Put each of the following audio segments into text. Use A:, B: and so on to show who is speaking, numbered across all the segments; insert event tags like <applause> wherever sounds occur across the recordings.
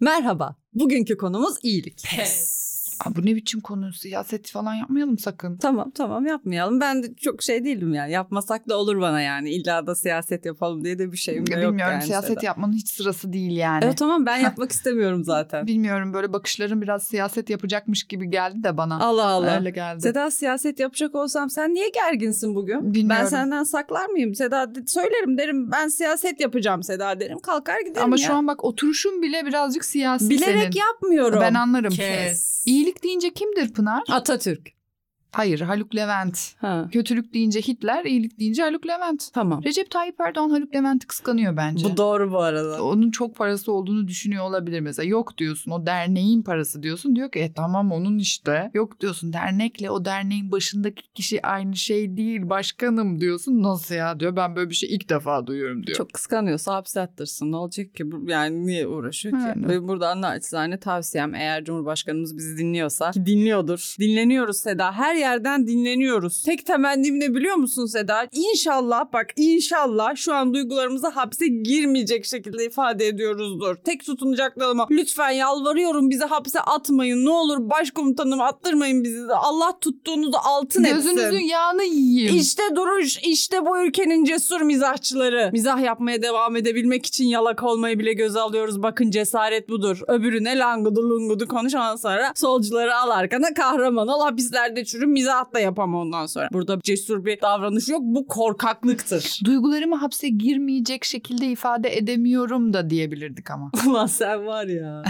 A: Merhaba. Bugünkü konumuz iyilik.
B: Pes.
C: Aa, bu ne biçim konu? Siyaset falan yapmayalım sakın.
A: Tamam tamam yapmayalım. Ben de çok şey değilim yani. Yapmasak da olur bana yani. İlla da siyaset yapalım diye de bir şeyim de Şey, yok.
C: Bilmiyorum
A: yani
C: siyaset
A: Seda.
C: yapmanın hiç sırası değil yani.
A: Evet tamam ben yapmak istemiyorum zaten.
C: <laughs> Bilmiyorum böyle bakışların biraz siyaset yapacakmış gibi geldi de bana.
A: Allah Allah.
C: Öyle geldi.
A: Seda siyaset yapacak olsam sen niye gerginsin bugün? Ben
C: Bilmiyorum.
A: senden saklar mıyım? Seda de- söylerim derim ben siyaset yapacağım Seda derim. Kalkar giderim
C: Ama
A: ya.
C: şu an bak oturuşun bile birazcık siyasi
A: Bilerek
C: senin.
A: yapmıyorum.
C: Ben anlarım.
B: Kes.
C: İyilik deyince kimdir Pınar?
A: Atatürk.
C: Hayır Haluk Levent.
A: Ha.
C: Kötülük deyince Hitler, iyilik deyince Haluk Levent.
A: Tamam.
C: Recep Tayyip Erdoğan Haluk Levent'i kıskanıyor bence.
A: Bu doğru bu arada.
C: onun çok parası olduğunu düşünüyor olabilir mesela. Yok diyorsun o derneğin parası diyorsun. Diyor ki e tamam onun işte. Yok diyorsun dernekle o derneğin başındaki kişi aynı şey değil başkanım diyorsun. Nasıl ya diyor ben böyle bir şey ilk defa duyuyorum diyor.
A: Çok kıskanıyorsa hapse attırsın. Ne olacak ki? Bu- Yani niye uğraşıyor ki?
C: Yani.
A: Ve buradan da acizane tavsiyem eğer Cumhurbaşkanımız bizi dinliyorsa ki dinliyordur. Dinleniyoruz Seda. Her yerden dinleniyoruz. Tek temennim ne biliyor musun Seda? İnşallah bak inşallah şu an duygularımızı hapse girmeyecek şekilde ifade ediyoruzdur. Tek tutunacaklarıma lütfen yalvarıyorum bizi hapse atmayın. Ne olur başkomutanım attırmayın bizi de. Allah tuttuğunuzu altın etsin.
C: Gözünüzün yağını yiyeyim.
A: İşte duruş, işte bu ülkenin cesur mizahçıları. Mizah yapmaya devam edebilmek için yalak olmayı bile göze alıyoruz. Bakın cesaret budur. Öbürüne langudu lungudu konuşan sonra solcuları al arkana kahraman ol hapislerde çürü mizah da yapama ondan sonra. Burada cesur bir davranış yok. Bu
C: <laughs>
A: korkaklıktır.
C: Duygularımı hapse girmeyecek şekilde ifade edemiyorum da diyebilirdik ama.
A: Ulan sen var ya.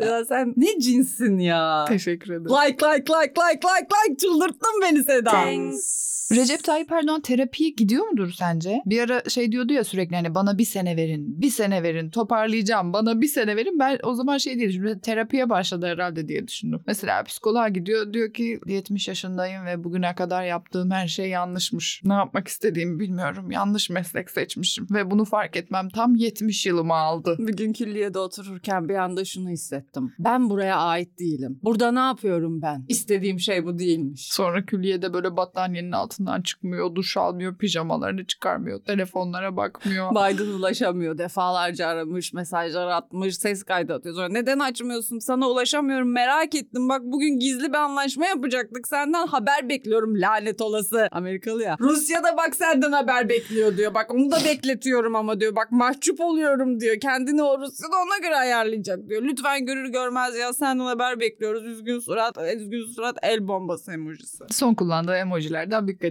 A: ya sen ne cinsin ya.
C: <laughs> Teşekkür ederim.
A: Like like like like like like çıldırttın beni Seda.
B: Thanks.
C: Recep Tayyip Erdoğan terapiye gidiyor mudur sence? Bir ara şey diyordu ya sürekli hani bana bir sene verin, bir sene verin, toparlayacağım, bana bir sene verin. Ben o zaman şey diye düşündüm, terapiye başladı herhalde diye düşündüm. Mesela psikoloğa gidiyor, diyor ki 70 yaşındayım ve bugüne kadar yaptığım her şey yanlışmış. Ne yapmak istediğimi bilmiyorum, yanlış meslek seçmişim ve bunu fark etmem tam 70 yılımı aldı.
A: Bir gün külliyede otururken bir anda şunu hissettim. Ben buraya ait değilim. Burada ne yapıyorum ben? İstediğim şey bu değilmiş.
C: Sonra külliyede böyle battaniyenin altından çıkmıyor, duş almıyor, pijamalarını çıkarmıyor, telefonlara bakmıyor.
A: Biden ulaşamıyor. Defalarca aramış, mesajlar atmış, ses kaydı atıyor. Sonra neden açmıyorsun? Sana ulaşamıyorum. Merak ettim. Bak bugün gizli bir anlaşma yapacaktık. Senden haber bekliyorum lanet olası. Amerikalı ya. Rusya'da bak senden haber bekliyor diyor. Bak onu da bekletiyorum ama diyor. Bak mahcup oluyorum diyor. Kendini o Rusya'da ona göre ayarlayacak diyor. Lütfen görür görmez ya senden haber bekliyoruz. Üzgün surat, üzgün surat el bombası emojisi.
C: Son kullandığı emojilerden birkaçı.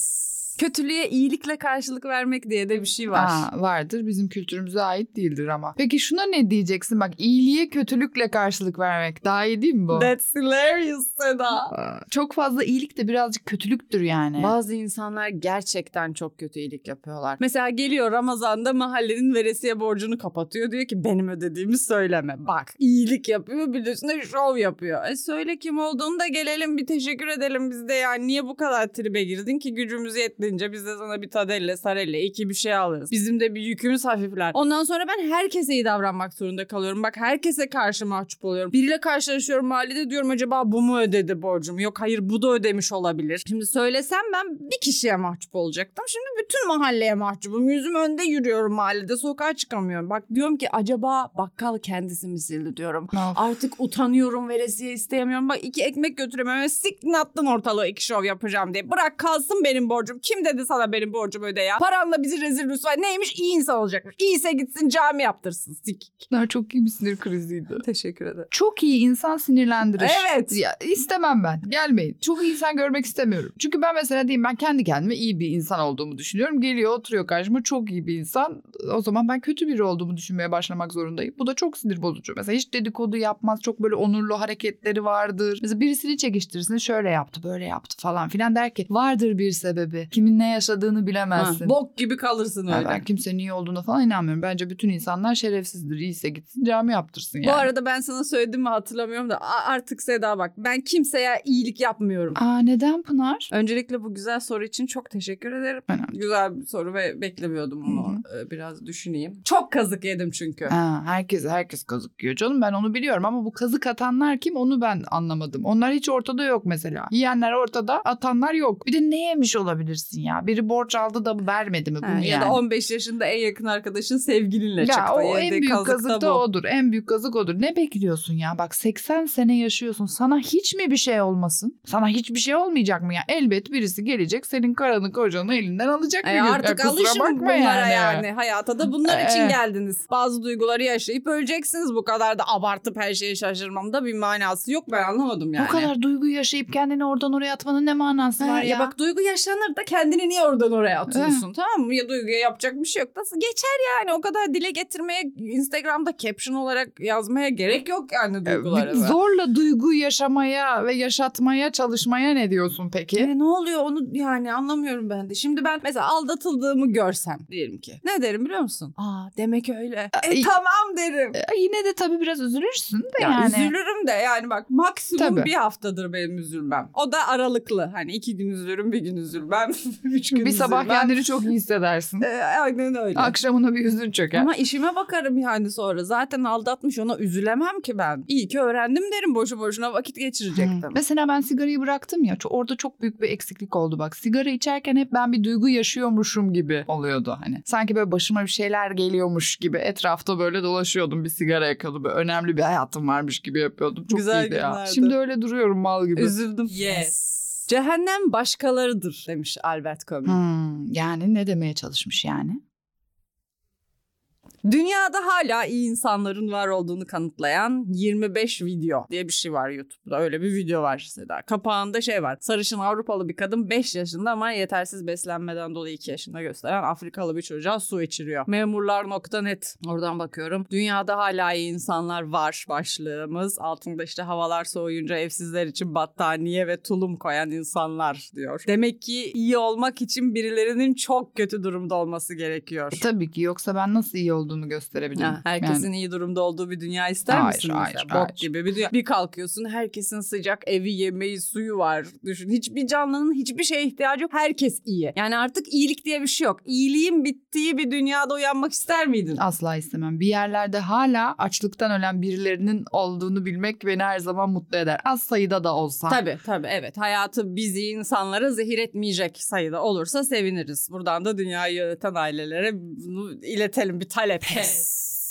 B: Yes.
A: Kötülüğe iyilikle karşılık vermek diye de bir şey var.
C: Aa, vardır. Bizim kültürümüze ait değildir ama. Peki şuna ne diyeceksin? Bak iyiliğe kötülükle karşılık vermek. Daha iyi değil mi bu?
A: That's hilarious Seda.
C: Aa, Çok fazla iyilik de birazcık kötülüktür yani.
A: Bazı insanlar gerçekten çok kötü iyilik yapıyorlar. Mesela geliyor Ramazan'da mahallenin veresiye borcunu kapatıyor. Diyor ki benim ödediğimi söyleme. Bak iyilik yapıyor bir de üstüne şov yapıyor. E söyle kim olduğunu da gelelim bir teşekkür edelim biz de yani. Niye bu kadar tribe girdin ki gücümüz yettiğince biz de sana bir tadelle sarelle iki bir şey alırız. Bizim de bir yükümüz hafifler. Ondan sonra ben herkese iyi davranmak zorunda kalıyorum. Bak herkese karşı mahcup oluyorum. Biriyle karşılaşıyorum mahallede diyorum acaba bu mu ödedi borcumu? Yok hayır bu da ödemiş olabilir. Şimdi söylesem ben bir kişiye mahcup olacaktım. Şimdi bütün mahalleye mahcubum. Yüzüm önde yürüyorum mahallede sokağa çıkamıyorum. Bak diyorum ki acaba bakkal kendisi mi sildi diyorum.
C: Of.
A: Artık utanıyorum veresiye isteyemiyorum. Bak iki ekmek götüremem. Siktin attın ortalığı iki şov yapacağım diye. Bırak kalsın benim borcum. Kim dedi sana benim borcum öde ya? Paranla bizi rezil rüsvay. Neymiş iyi insan olacakmış. İyiyse gitsin cami yaptırsın. Sik.
C: Bunlar çok iyi bir sinir kriziydi.
A: Teşekkür ederim.
C: Çok iyi insan sinirlendirir.
A: Evet.
C: Ya, istemem ben. Gelmeyin. Çok iyi insan görmek istemiyorum. Çünkü ben mesela diyeyim ben kendi kendime iyi bir insan olduğumu düşünüyorum. Geliyor oturuyor karşıma çok iyi bir insan. O zaman ben kötü biri olduğumu düşünmeye başlamak zorundayım. Bu da çok sinir bozucu. Mesela hiç dedikodu yapmaz. Çok böyle onurlu hareketleri vardır. Mesela birisini çekiştirirsin. Şöyle yaptı böyle yaptı falan filan der ki vardır bir sebebi. Kimin ne yaşadığını bilemezsin.
A: Ha, bok gibi kalırsın
C: Ya
A: öyle.
C: ben kimsenin iyi olduğuna falan inanmıyorum. Bence bütün insanlar şerefsizdir. İyiyse gitsin cami yaptırsın yani.
A: Bu arada ben sana söyledim mi hatırlamıyorum da a- artık Seda bak ben kimseye iyilik yapmıyorum.
C: Aa neden Pınar?
A: Öncelikle bu güzel soru için çok teşekkür ederim.
C: Önemli.
A: Güzel bir soru ve beklemiyordum bunu. Ee, Biraz düşüneyim. Çok kazık yedim çünkü.
C: Ha, herkes herkes kazık yiyor canım ben onu biliyorum ama bu kazık atanlar kim onu ben anlamadım. Onlar hiç ortada yok mesela. Yiyenler ortada atanlar yok. Bir de ne yemiş olabilirsin etsin ya. Biri borç aldı da vermedi mi bunu
A: Ha,
C: yani.
A: Ya da 15 yaşında en yakın arkadaşın sevgilinle çıktı.
C: Ya o en
A: Yedi
C: büyük
A: kazık da
C: kazık
A: bu.
C: da odur. En büyük kazık odur. Ne bekliyorsun ya? Bak 80 sene yaşıyorsun. Sana hiç mi bir şey olmasın? Sana hiçbir şey olmayacak mı ya? Elbet birisi gelecek senin karanı kocanı elinden alacak bir
A: E
C: gün. Ya
A: artık
C: kusura
A: alışın
C: bakma
A: bunlara yani. Hayata da bunlar
C: Ee.
A: için geldiniz. Bazı duyguları yaşayıp öleceksiniz. Bu kadar da abartıp her şeye şaşırmamda bir manası yok. Ben anlamadım yani.
C: Bu kadar duygu yaşayıp kendini oradan oraya atmanın ne manası
A: Ha,
C: var
A: ya.
C: ya?
A: bak duygu yaşanır da kendini niye oradan oraya atıyorsun tamam mı? Ya duyguya yapacak bir şey yok. Nasıl geçer yani o kadar dile getirmeye Instagram'da caption olarak yazmaya gerek yok yani duyguları.
C: Ee, Zorla duygu yaşamaya ve yaşatmaya çalışmaya ne diyorsun peki?
A: E, ne oluyor onu yani anlamıyorum ben de. Şimdi ben mesela aldatıldığımı görsem diyelim ki. Ne derim biliyor musun? Aa demek öyle.
C: Ay.
A: E, tamam derim.
C: Ee, Yine de tabii biraz üzülürsün de
A: Ya
C: yani.
A: üzülürüm de yani bak maksimum
C: Tabii.
A: bir haftadır benim üzülmem. O da aralıklı. Hani iki gün üzülürüm, bir gün üzülmem, <laughs> üç gün
C: bir sabah
A: üzülmem.
C: kendini çok iyi hissedersin.
A: Ee, aynen öyle.
C: Akşamına bir hüzün çöker.
A: Ama işime bakarım yani sonra. Zaten aldatmış ona üzülemem ki ben. İyi ki öğrendim derim boşu boşuna vakit geçirecektim.
C: Hmm. Mesela ben sigarayı bıraktım ya ço- orada çok büyük bir eksiklik oldu bak. Sigara içerken hep ben bir duygu yaşıyormuşum gibi oluyordu hani. Sanki böyle başıma bir şeyler geliyormuş gibi etrafta böyle dolaşıyordum bir sigara yakıyordum. Böyle önemli bir hayatım varmış gibi yapıyordum. Çok
A: Güzel
C: iyiydi ya.
A: günlerdi.
C: Şimdi öyle duruyorum mal gibi.
A: Üzüldüm. Cehennem başkalarıdır demiş Albert Camus.
C: Hmm, yani ne demeye çalışmış yani?
A: Dünyada hala iyi insanların var olduğunu kanıtlayan 25 video diye bir şey var YouTube'da. Öyle bir video var Seda. Kapağında şey var. Sarışın Avrupalı bir kadın 5 yaşında ama yetersiz beslenmeden dolayı 2 yaşında gösteren Afrikalı bir çocuğa su içiriyor. Memurlar.net oradan bakıyorum. Dünyada hala iyi insanlar var başlığımız. Altında işte havalar soğuyunca evsizler için battaniye ve tulum koyan insanlar diyor. Demek ki iyi olmak için birilerinin çok kötü durumda olması gerekiyor.
C: E, tabii ki yoksa ben nasıl iyi olduğunu gösterebilirim.
A: Ha, herkesin
C: Yani,
A: iyi durumda olduğu bir dünya ister
C: Hayır,
A: misin?
C: hayır,
A: mesela?
C: hayır.
A: Bok gibi bir dünya. Bir kalkıyorsun herkesin sıcak evi, yemeği, suyu var. Düşün hiçbir canlının hiçbir şeye ihtiyacı yok. Herkes iyi. Yani artık iyilik diye bir şey yok. İyiliğin bittiği bir dünyada uyanmak ister miydin?
C: asla istemem. Bir yerlerde hala açlıktan ölen birilerinin olduğunu bilmek beni her zaman mutlu eder. Az sayıda da olsa.
A: Tabii tabii evet hayatı bizi insanlara zehir etmeyecek sayıda olursa seviniriz. Buradan da dünyayı yöneten ailelere bunu iletelim bir talep.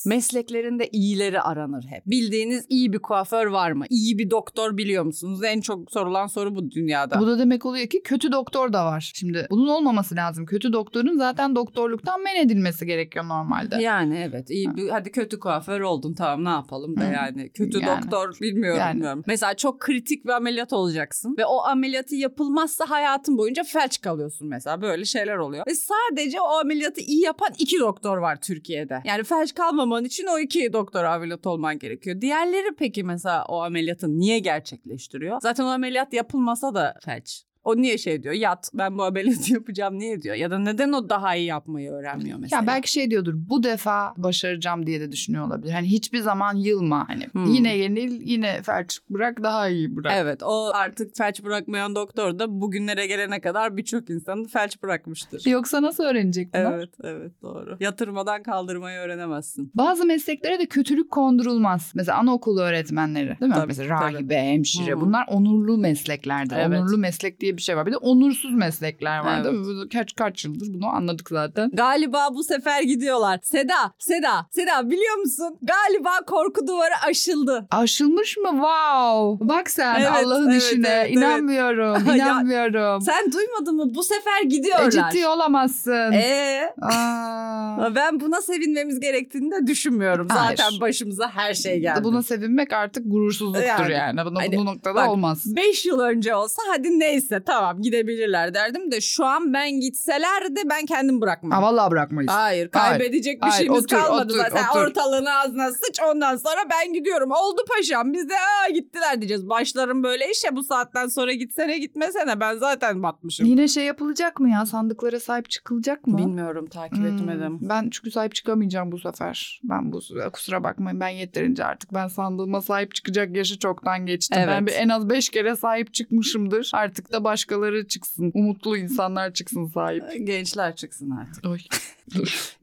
A: Mesleklerinde iyileri aranır hep. Bildiğiniz iyi bir kuaför var mı? İyi bir doktor biliyor musunuz? En çok sorulan soru bu dünyada.
C: Bu da demek oluyor ki kötü doktor da var. Şimdi bunun olmaması lazım. Kötü doktorun zaten doktorluktan men edilmesi gerekiyor normalde.
A: Yani evet iyi bir, hadi kötü kuaför oldun tamam ne yapalım da
C: Hı.
A: yani kötü
C: Yani.
A: doktor bilmiyorum,
C: Yani.
A: bilmiyorum. Mesela çok kritik bir ameliyat olacaksın ve o ameliyatı yapılmazsa hayatın boyunca felç kalıyorsun mesela böyle şeyler oluyor. Ve sadece o ameliyatı iyi yapan iki doktor var Türkiye'de. Yani felç kalmaman için o iki doktor ameliyat olman gerekiyor. Diğerleri peki mesela o ameliyatı niye gerçekleştiriyor? Zaten o ameliyat yapılmasa da felç. O niye şey diyor yat ben bu ameliyatı <laughs> yapacağım niye diyor ya da neden o daha iyi yapmayı öğrenmiyor mesela.
C: Ya belki şey diyordur bu defa başaracağım diye de düşünüyor olabilir. Hani hiçbir zaman yılma hani
A: Hmm.
C: yine yenil yine felç bırak daha iyi bırak.
A: Evet o artık felç bırakmayan doktor da bugünlere gelene kadar birçok insanı felç bırakmıştır.
C: Yoksa nasıl öğrenecek bunu?
A: Evet evet doğru. Yatırmadan kaldırmayı öğrenemezsin.
C: Bazı mesleklere de kötülük kondurulmaz. Mesela anaokulu öğretmenleri değil mi?
A: Tabii,
C: Mesela rahibe, hemşire
A: Hı hı.
C: bunlar onurlu mesleklerdir.
A: Evet.
C: Onurlu meslek diye bir şey var. Bir de onursuz meslekler var
A: Evet.
C: değil mi? Bu Kaç, kaç yıldır bunu anladık zaten.
A: Galiba bu sefer gidiyorlar. Seda, Seda, Seda biliyor musun? Galiba korku duvarı aşıldı.
C: Aşılmış mı? Wow. Bak sen
A: Evet,
C: Allah'ın
A: evet,
C: işine.
A: evet, evet.
C: inanmıyorum.
A: <laughs> Ya,
C: inanmıyorum.
A: Sen duymadın mı? Bu sefer
C: E,
A: gidiyorlar.
C: ciddi olamazsın.
A: Ee, <laughs>
C: Aa.
A: ben buna sevinmemiz gerektiğini de düşünmüyorum.
C: Hayır.
A: Zaten başımıza her şey geldi.
C: Buna sevinmek artık gurursuzluktur yani.
A: Yani.
C: Buna,
A: Hani,
C: bu noktada
A: bak,
C: olmaz.
A: 5 yıl önce olsa hadi neyse tamam gidebilirler derdim de şu an ben gitseler de ben kendim bırakmam.
C: Ha, vallahi bırakmayız.
A: Hayır
C: Hayır,
A: kaybedecek bir
C: hayır,
A: şeyimiz
C: otur,
A: kalmadı
C: otur,
A: zaten
C: otur.
A: ortalığını ağzına sıç ondan sonra ben gidiyorum oldu paşam biz de aa gittiler diyeceğiz başlarım böyle işe bu saatten sonra gitsene gitmesene ben zaten batmışım.
C: Yine şey yapılacak mı ya? Sandıklara sahip çıkılacak mı?
A: Bilmiyorum takip
C: Hmm, Ben çünkü sahip çıkamayacağım bu sefer. Ben bu kusura bakmayın ben yeterince artık ben sandığıma sahip çıkacak yaşı çoktan geçtim. Ben
A: Evet.
C: bir en az beş kere sahip çıkmışımdır. Artık da başkaları çıksın. Umutlu insanlar çıksın sahip. <laughs>
A: Gençler çıksın artık.
C: Oy.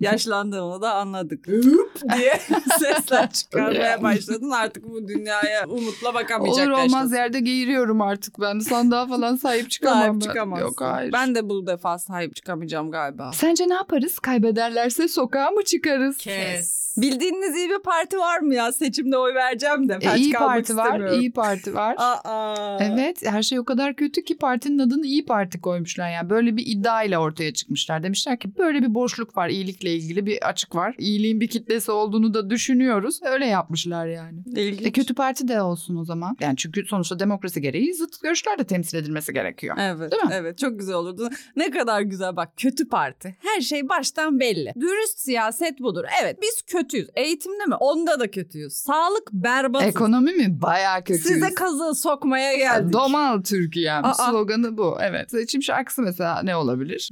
A: Yaşlandığımı da anladık. Hüp <laughs> diye sesler
C: <laughs>
A: çıkarmaya başladın. Artık bu dünyaya umutla bakamayacak
C: Olur olmaz
A: yaştasın.
C: yerde geğiriyorum artık ben. Sandığa falan sahip çıkamam. ben.
A: Sahip çıkamazsın.
C: Yok hayır.
A: Ben de bu defa sahip çıkamayacağım galiba.
C: Sence ne yaparız? Kaybederlerse sokağa mı çıkarız?
B: Kes.
A: Bildiğiniz iyi bir parti var mı ya? Seçimde oy vereceğim de.
C: E,
A: felç
C: iyi
A: kalmak
C: Parti var,
A: istemiyorum.
C: iyi Parti var.
A: Aa,
C: Evet her şey o kadar kötü ki partinin adını İyi Parti koymuşlar. Yani böyle bir iddiayla ortaya çıkmışlar. Demişler ki böyle bir boşluk var iyilikle ilgili bir açık var. İyiliğin bir kitlesi olduğunu da düşünüyoruz. Öyle yapmışlar yani.
A: İlginç.
C: E, kötü parti de olsun o zaman. Yani çünkü sonuçta demokrasi gereği zıt görüşler de temsil edilmesi gerekiyor.
A: Evet,
C: Değil mi?
A: evet çok güzel olurdu. Ne kadar güzel bak kötü parti. Her şey baştan belli. Dürüst siyaset budur. Evet biz kötüyüz. Eğitimde mi? Onda da kötüyüz. Sağlık berbat.
C: Ekonomi mi? Bayağı kötü.
A: Size kazığı sokmaya geldik.
C: Domal Türkiye'm.
A: Aa.
C: Sloganı bu. Evet. Seçim şarkısı mesela ne olabilir?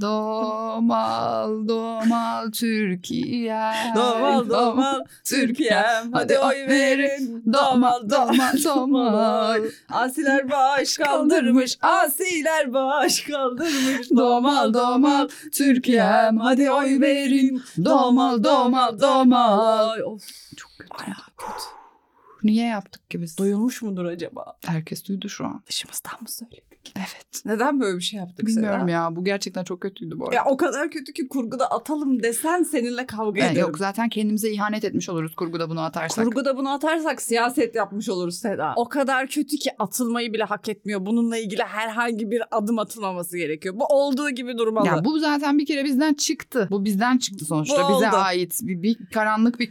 C: Domal, domal Türkiye.
A: Domal domal Türkiye'm hadi oy verin. Domal domal domal. Asiler baş kaldırmış. Asiler baş kaldırmış. Domal domal Türkiye'm hadi oy verin. Domal domal domal. Ay, Of çok kötü.
C: Niye yaptık ki biz?
A: Duyulmuş mudur acaba?
C: Herkes duydu şu an.
A: Dışımızdan mı söyledik?
C: Evet.
A: Neden böyle bir şey yaptık
C: Bilmiyorum
A: Sera?
C: ya. Bu gerçekten çok kötüydü bu arada.
A: Ya o kadar kötü ki kurguda atalım desen seninle kavga
C: Yani
A: ederim.
C: yok zaten kendimize ihanet etmiş oluruz kurguda bunu atarsak.
A: Kurguda bunu atarsak siyaset yapmış oluruz Seda. O kadar kötü ki atılmayı bile hak etmiyor. Bununla ilgili herhangi bir adım atılmaması gerekiyor. Bu olduğu gibi durmalı.
C: Ya bu zaten bir kere bizden çıktı. Bu bizden çıktı sonuçta.
A: Bu
C: Bize
A: oldu.
C: ait bir, bir karanlık bir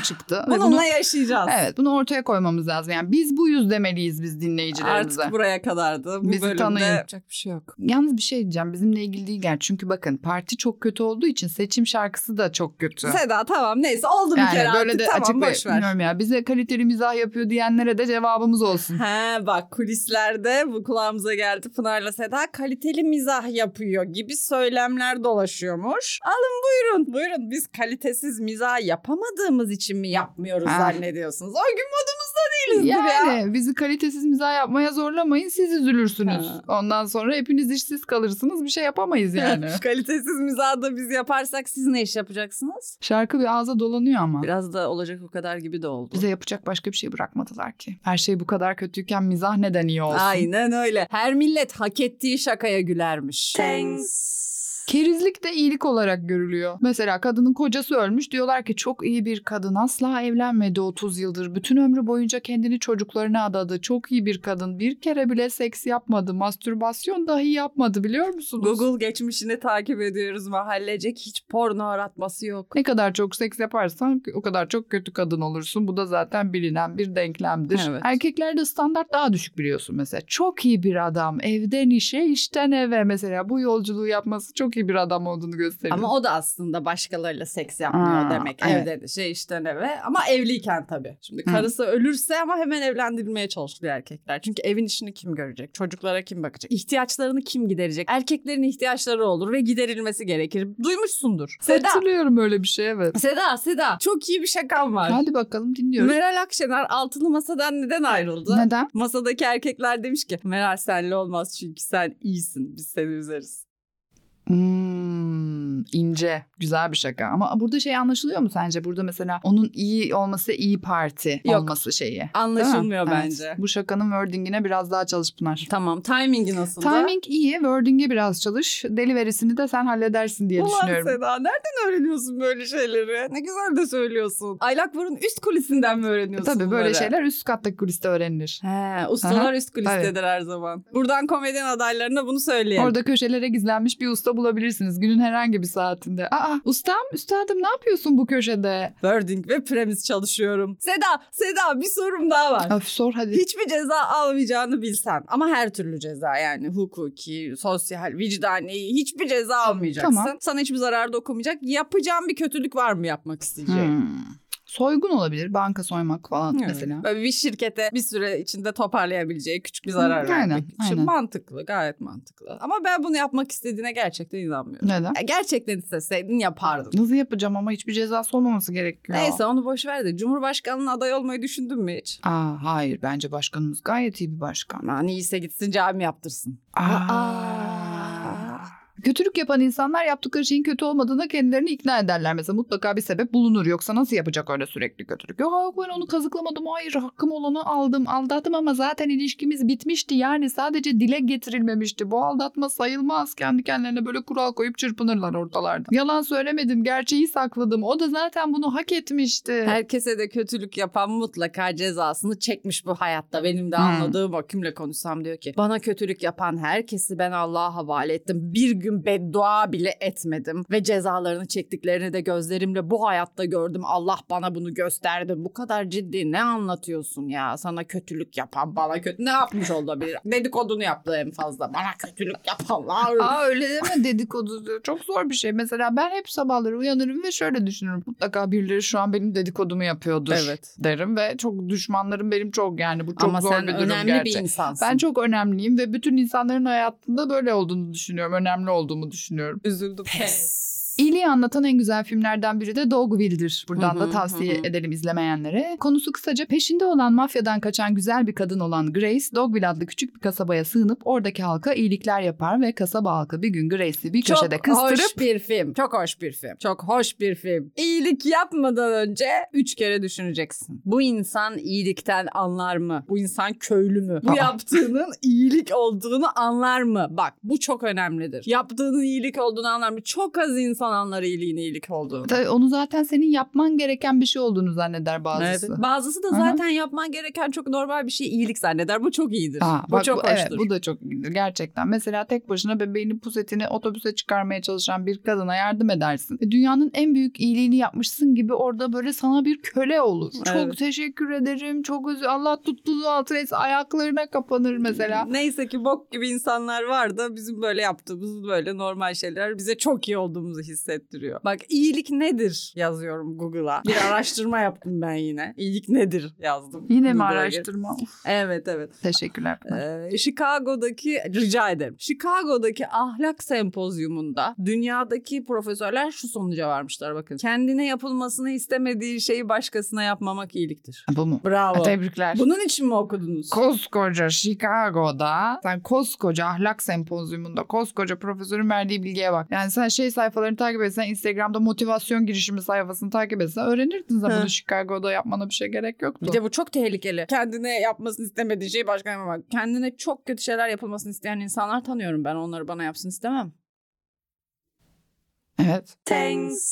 A: <laughs>
C: çıktı. Ve
A: Bununla
C: bunu-
A: yaşayacağız.
C: Evet bunu ortaya koymamız lazım. Yani biz buyuz demeliyiz biz dinleyicilerimize.
A: Artık buraya kadardı. Bu
C: Bizi
A: bölümde
C: tanıyın.
A: yapacak bir şey yok.
C: Yalnız bir şey diyeceğim bizimle ilgili değil yani çünkü bakın parti çok kötü olduğu için seçim şarkısı da çok kötü.
A: Seda tamam neyse oldu bir kere
C: böyle
A: artık.
C: de
A: tamam
C: açıklayıp-
A: boş ver.
C: <laughs> bilmiyorum ya bize kaliteli mizah yapıyor diyenlere de
A: <laughs>
C: cevabımız olsun.
A: He bak kulislerde bu kulağımıza geldi Pınar'la Seda kaliteli mizah yapıyor gibi söylemler dolaşıyormuş. Alın buyurun buyurun biz kalitesiz mizah yapamadığımız için mi yapmıyoruz
C: Ha.
A: zannediyorsunuz? O gün modumuzda değiliz ya. <laughs>
C: Ah. Yani bizi kalitesiz mizah yapmaya zorlamayın siz üzülürsünüz.
A: Ha.
C: Ondan sonra hepiniz işsiz kalırsınız bir şey
A: <laughs>
C: yapamayız yani.
A: kalitesiz mizahı da biz yaparsak siz ne iş yapacaksınız?
C: Şarkı bir ağza dolanıyor ama.
A: Biraz da olacak o kadar gibi de oldu.
C: Bize yapacak başka bir şey bırakmadılar ki. Her şey bu kadar kötüyken mizah neden iyi olsun?
A: Aynen öyle. Her millet hak ettiği şakaya gülermiş.
B: Thanks.
C: Kerizlik de iyilik olarak görülüyor. Mesela kadının kocası ölmüş diyorlar ki çok iyi bir kadın asla evlenmedi 30 yıldır. Bütün ömrü boyunca kendini çocuklarına adadı. Çok iyi bir kadın bir kere bile seks yapmadı. Mastürbasyon dahi yapmadı biliyor musunuz?
A: Google geçmişini takip ediyoruz mahallecek hiç porno aratması yok.
C: Ne kadar çok seks yaparsan o kadar çok kötü kadın olursun. Bu da zaten bilinen bir denklemdir.
A: Evet.
C: Erkeklerde standart daha düşük biliyorsun mesela. Çok iyi bir adam evden işe işten eve mesela bu yolculuğu yapması çok iyi bir adam olduğunu gösteriyor.
A: Ama o da aslında başkalarıyla seks yapmıyor
C: Aa,
A: demek.
C: evet.
A: Evde de şey işten eve ama evliyken tabii. Şimdi
C: Hı.
A: karısı ölürse ama hemen evlendirilmeye çalışılıyor erkekler. Çünkü evin işini kim görecek? Çocuklara kim bakacak? İhtiyaçlarını kim giderecek? Erkeklerin ihtiyaçları olur ve giderilmesi gerekir. Duymuşsundur. Seda,
C: Hatırlıyorum öyle bir şey evet.
A: Seda, Seda. Çok iyi bir şakam var.
C: Hadi bakalım dinliyoruz.
A: Meral Akşener altılı masadan neden ayrıldı?
C: Neden?
A: Masadaki erkekler demiş ki Meral senle olmaz çünkü sen iyisin biz seni üzeriz.
C: Hmm, ince. Güzel bir şaka. Ama burada şey anlaşılıyor mu sence? Burada mesela onun iyi olması iyi parti
A: Yok.
C: olması şeyi. Değil mi?
A: Anlaşılmıyor
C: Evet.
A: bence.
C: Bu şakanın wordingine biraz daha çalış Pınar.
A: Tamam timingi nasıl?
C: Timing iyi, wording'e biraz çalış. Deliverisini de sen halledersin diye
A: Ulan
C: düşünüyorum.
A: Seda nereden öğreniyorsun böyle şeyleri? Ne güzel de söylüyorsun. Aylakburun üst kulisinden mi öğreniyorsun
C: E Tabii böyle
A: bunları?
C: şeyler üst kattaki kuliste öğrenilir.
A: He, ustalar üst kulistedir her zaman. Buradan komedyen adaylarına bunu söyleyelim.
C: Orada köşelere gizlenmiş bir usta bulabilirsiniz günün herhangi bir saatinde. Aa ustam, üstadım ne yapıyorsun bu köşede?
A: Wording ve premise çalışıyorum. Seda, Seda bir sorum daha var.
C: Öf sor hadi.
A: Hiçbir ceza almayacağını bilsen ama her türlü ceza yani hukuki, sosyal, vicdani hiçbir ceza almayacaksın.
C: Tamam.
A: Sana hiçbir zarar dokunmayacak. Yapacağın bir kötülük var mı yapmak isteyeceğin?
C: Hmm. Soygun olabilir. Banka soymak falan
A: Evet.
C: Hmm, mesela.
A: Böyle bir şirkete bir süre içinde toparlayabileceği küçük bir zarar
C: Hı,
A: vermek.
C: aynen,
A: Şimdi
C: aynen.
A: mantıklı, gayet mantıklı. Ama ben bunu yapmak istediğine gerçekten inanmıyorum.
C: Neden?
A: Ya gerçekten isteseydin yapardın.
C: Nasıl yapacağım ama hiçbir cezası olmaması gerekiyor.
A: Neyse onu boş ver de Cumhurbaşkanının aday olmayı düşündün mü hiç?
C: Aa, hayır bence başkanımız gayet iyi bir başkan.
A: Aman iyiyse gitsin cami yaptırsın.
C: Aa.
A: Aa.
C: Kötülük yapan insanlar yaptıkları şeyin kötü olmadığına kendilerini ikna ederler. Mesela mutlaka bir sebep bulunur. Yoksa nasıl yapacak öyle sürekli kötülük? Yok, yok ben onu kazıklamadım. Hayır hakkım olanı aldım. Aldattım ama zaten ilişkimiz bitmişti. Yani sadece dile getirilmemişti. Bu aldatma sayılmaz. Kendi kendilerine böyle kural koyup çırpınırlar ortalarda. Yalan söylemedim. Gerçeği sakladım. O da zaten bunu hak etmişti.
A: Herkese de kötülük yapan mutlaka cezasını çekmiş bu hayatta. Benim de
C: Hmm.
A: anladığım o kimle konuşsam diyor ki bana kötülük yapan herkesi ben Allah'a havale ettim. Bir gün beddua bile etmedim ve cezalarını çektiklerini de gözlerimle bu hayatta gördüm. Allah bana bunu gösterdi. Bu kadar ciddi ne anlatıyorsun ya? Sana kötülük yapan bana kötü ne yapmış olabilir? <laughs> Dedikodunu yaptı en fazla. Bana kötülük yapanlar.
C: Aa öyle deme dedikodu diyor. çok zor bir şey. Mesela ben hep sabahları uyanırım ve şöyle düşünürüm. Mutlaka birileri şu an benim dedikodumu yapıyordur
A: Evet.
C: derim ve çok düşmanlarım benim çok yani bu çok
A: Ama
C: zor
A: sen
C: bir durum
A: önemli
C: gerçi.
A: bir insansın.
C: Ben çok önemliyim ve bütün insanların hayatında böyle olduğunu düşünüyorum. Önemli olduğumu düşünüyorum.
A: üzüldüm.
C: İyiliği anlatan en güzel filmlerden biri de Dogville'dir. Buradan
A: Hı
C: da
A: hı,
C: tavsiye
A: hı hı.
C: edelim izlemeyenlere. Konusu kısaca peşinde olan mafyadan kaçan güzel bir kadın olan Grace, Dogville adlı küçük bir kasabaya sığınıp oradaki halka iyilikler yapar ve kasaba halkı bir gün Grace'i bir köşede kıstırıp
A: hoş bir film. Çok hoş bir film. Çok hoş bir film. İyilik yapmadan önce üç kere düşüneceksin. Bu insan iyilikten anlar mı? Bu insan köylü mü? Bu
C: Aa.
A: yaptığının <laughs> iyilik olduğunu anlar mı? Bak bu çok önemlidir. Yaptığının iyilik olduğunu anlar mı? Çok az insan anlar iyiliğin iyilik olduğunu.
C: Tabii onu zaten senin yapman gereken bir şey olduğunu zanneder bazısı.
A: Evet. Bazısı da
C: Aha.
A: zaten yapman gereken çok normal bir şey iyilik zanneder. Bu çok iyidir.
C: Aa,
A: bu
C: bak
A: çok
C: bu,
A: hoştur.
C: evet, bu da çok iyidir gerçekten. Mesela tek başına bebeğini pusetini otobüse çıkarmaya çalışan bir kadına yardım edersin. E, Dünyanın en büyük iyiliğini yapmışsın gibi orada böyle sana bir köle olur. Çok
A: Evet.
C: teşekkür ederim. Çok özür Allah tuttuğu altına etse ayaklarına kapanır mesela.
A: Neyse ki bok gibi insanlar var da bizim böyle yaptığımız böyle normal şeyler bize çok iyi olduğumuzu hissettiriyor. Bak iyilik nedir yazıyorum Google'a.
C: <laughs>
A: Bir araştırma yaptım ben yine. İyilik nedir yazdım.
C: Yine mi
A: Google'a
C: araştırma? Uf,
A: girip. Evet evet.
C: teşekkürler.
A: Ee, Chicago'daki rica ederim. Chicago'daki ahlak sempozyumunda dünyadaki profesörler şu sonuca varmışlar bakın. Kendine yapılmasını istemediği şeyi başkasına yapmamak iyiliktir.
C: Bu mu?
A: Bravo.
C: Tebrikler.
A: Bunun için mi okudunuz?
C: koskoca Chicago'da sen koskoca ahlak sempozyumunda koskoca profesörün verdiği bilgiye bak. Yani sen şey sayfalarını takip etsen Instagram'da motivasyon girişimi sayfasını takip etsen öğrenirdin sen
A: Hı.
C: bunu Chicago'da yapmana bir şey gerek yoktu.
A: Bir de bu çok tehlikeli. Kendine yapmasını istemediği şeyi başkana yapmak. Kendine çok kötü şeyler yapılmasını isteyen insanlar tanıyorum ben. Onları bana yapsın istemem.
C: Evet.
B: Thanks.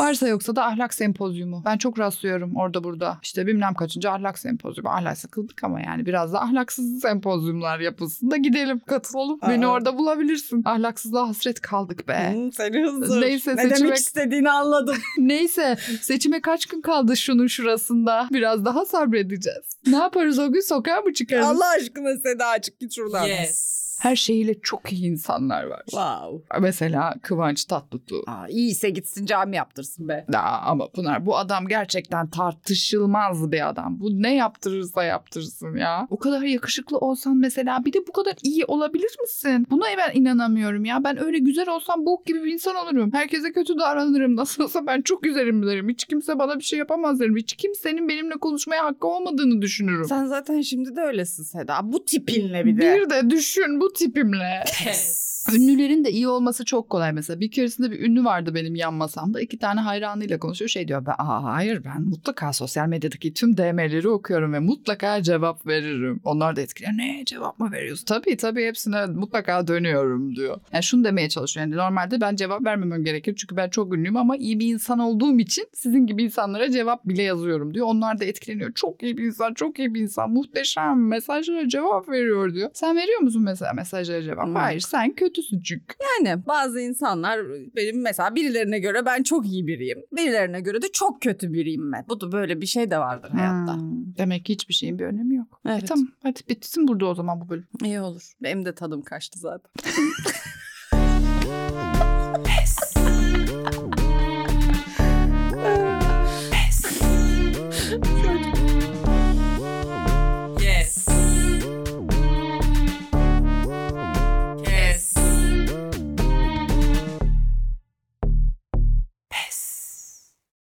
C: Varsa yoksa da ahlak sempozyumu. Ben çok rastlıyorum orada burada. İşte bilmem kaçıncı ahlak sempozyumu. Ahlak sıkıldık ama yani biraz da ahlaksız sempozyumlar yapılsın da gidelim katılalım. Beni
A: Aa.
C: orada bulabilirsin. Ahlaksızlığa hasret kaldık be.
A: Hmm, seni hızlı.
C: Neyse,
A: ne demek
C: seçmek-
A: istediğini
C: <laughs>
A: anladım.
C: Neyse seçime kaç gün kaldı şunun şurasında. Biraz daha sabredeceğiz. Ne yaparız o gün sokağa mı çıkarız?
A: Allah aşkına Seda açık git şuradan.
B: Yes.
C: Her şey- şeyiyle çok iyi insanlar var.
A: Wow.
C: Mesela Kıvanç Tatlıtuğ.
A: Aa, iyiyse gitsin cami yaptırsın be.
C: Aa, ama Pınar bu adam gerçekten tartışılmaz bir adam. Bu ne yaptırırsa yaptırsın ya. O kadar yakışıklı olsan mesela bir de bu kadar iyi olabilir misin? Buna ben inanamıyorum ya. Ben öyle güzel olsam bok gibi bir insan olurum. Herkese kötü davranırım. <laughs> Nasıl olsa ben çok güzelim derim. Hiç kimse bana bir şey yapamaz derim. Hiç kimsenin benimle konuşmaya hakkı olmadığını düşünürüm.
A: Sen zaten şimdi de öylesin Seda. Bu tipinle bir de.
C: Bir de düşün bu tipimle.
B: Yes.
C: Ünlülerin de iyi olması çok kolay mesela. Bir keresinde bir ünlü vardı benim yan masamda. İki tane hayranıyla konuşuyor. Şey diyor ben Aa, hayır ben mutlaka sosyal medyadaki tüm DM'leri okuyorum ve mutlaka cevap veririm. Onlar da etkileniyor. Ne cevap mı veriyorsun? Tabii tabii hepsine mutlaka dönüyorum diyor. Yani şunu demeye çalışıyor. Yani normalde ben cevap vermemem gerekir. Çünkü ben çok ünlüyüm ama iyi bir insan olduğum için sizin gibi insanlara cevap bile yazıyorum diyor. Onlar da etkileniyor. Çok iyi bir insan, çok iyi bir insan. Muhteşem mesajlara cevap veriyor diyor. Sen veriyor musun mesela mesajlara cevap?
A: Yok.
C: Hayır sen kötüsün çünkü.
A: Yani bazı insanlar benim mesela birilerine göre ben çok iyi biriyim. Birilerine göre de çok kötü biriyim ben. Bu da böyle bir şey de vardır hayatta.
C: Hmm, Demek ki hiçbir şeyin bir önemi yok. E
A: Evet.
C: tamam hadi bitsin burada o zaman bu bölüm.
A: İyi olur. Benim de tadım kaçtı zaten.